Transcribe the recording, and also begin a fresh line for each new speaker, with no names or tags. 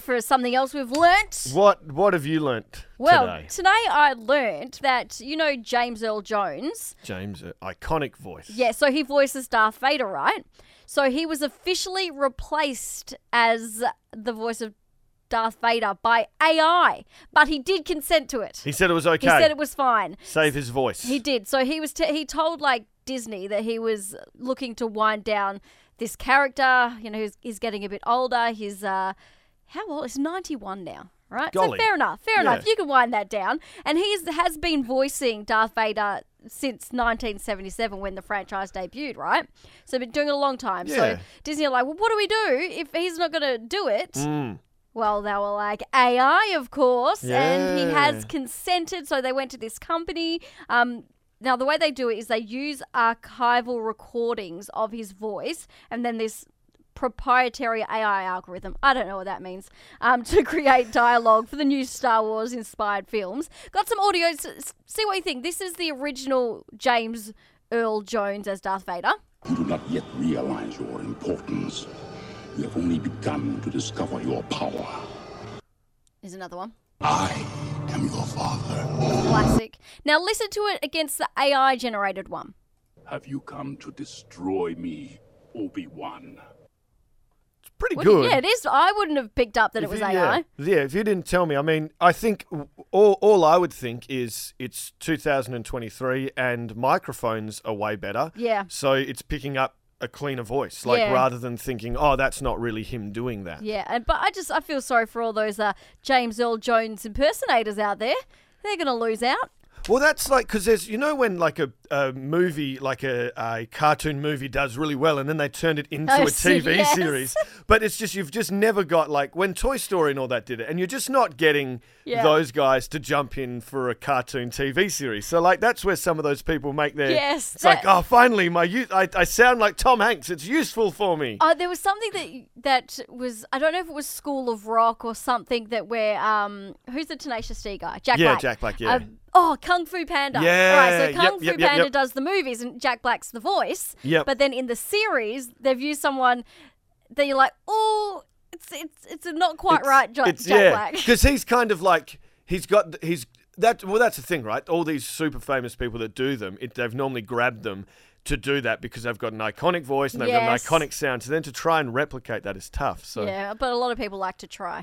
for something else we've learnt.
What What have you learnt
Well,
today,
I learnt that you know James Earl Jones.
James? uh, Iconic voice.
Yeah, so he voices Darth Vader, right? So he was officially replaced as the voice of Darth Vader by AI, but he did consent to it.
He said it was okay.
He said it was fine.
Save his voice.
He did. So he was t- he told like Disney that he was looking to wind down this character. You know, he's, he's getting a bit older. He's uh, how old? He's ninety one now. Right,
Golly.
so fair enough, fair enough.
Yeah.
You can wind that down, and he is- has been voicing Darth Vader since 1977 when the franchise debuted. Right, so been doing it a long time.
Yeah.
So Disney are like, well, what do we do if he's not going to do it?
Mm,
Well, they were like AI, of course, and he has
Yeah.
consented. So they went to this company. Um, now, the way they do it is they use archival recordings of his voice and then this proprietary AI algorithm. I don't know what that means. Um, to create dialogue for the new Star Wars inspired films. Got some audio. S- s- see what you think. This is the original James Earl Jones as Darth Vader.
You do not yet realize your importance. You have only begun to discover your power.
Here's another one.
I am your father.
Classic. Now, listen to it against the AI generated one.
Have you come to destroy me, Obi-Wan?
It's pretty
Well,
good.
Yeah, it is. I wouldn't have picked up that it
If
was
you-
AI.
yeah. Yeah, if you didn't tell me, I mean, I think w- all, all I would think is it's 2023 and microphones are way better.
Yeah.
So it's picking up a cleaner voice, like
Yeah.
rather than thinking, oh, that's not really him doing that.
Yeah, and but I just I feel sorry for all those uh, James Earl Jones impersonators out there. They're gonna lose out.
Well, that's like because there's you know when like a, a movie like a, a cartoon movie does really well and then they turned it into
Oh,
a TV
yes.
series, but it's just you've just never got like when Toy Story and all that did it, and you're just not getting
Yeah.
those guys to jump in for a cartoon TV series. So like that's where some of those people make their
Yes,
It's
that-
like oh, finally my youth, I, I sound like Tom Hanks. It's useful for me.
Uh, there was something that that was I don't know if it was School of Rock or something that where um who's the Tenacious D guy Jack
Yeah,
Black
Jack Black, yeah.
Um, oh Kung Fu Panda
Yeah,
right so
yep,
Kung Fu
yep, yep,
Panda
yep.
does the movies and Jack Black's the voice
Yep.
but then in the series they've used someone that you're like oh it's it's it's not quite right Jack, Jack Black
Because he's kind of like he's got he's that well that's the thing, right? All these super famous people that do them, it, they've normally grabbed them to do that because they've got an iconic voice and they've
Yes.
got an iconic sound. So then to try and replicate that is tough. So
Yeah, but a lot of people like to try.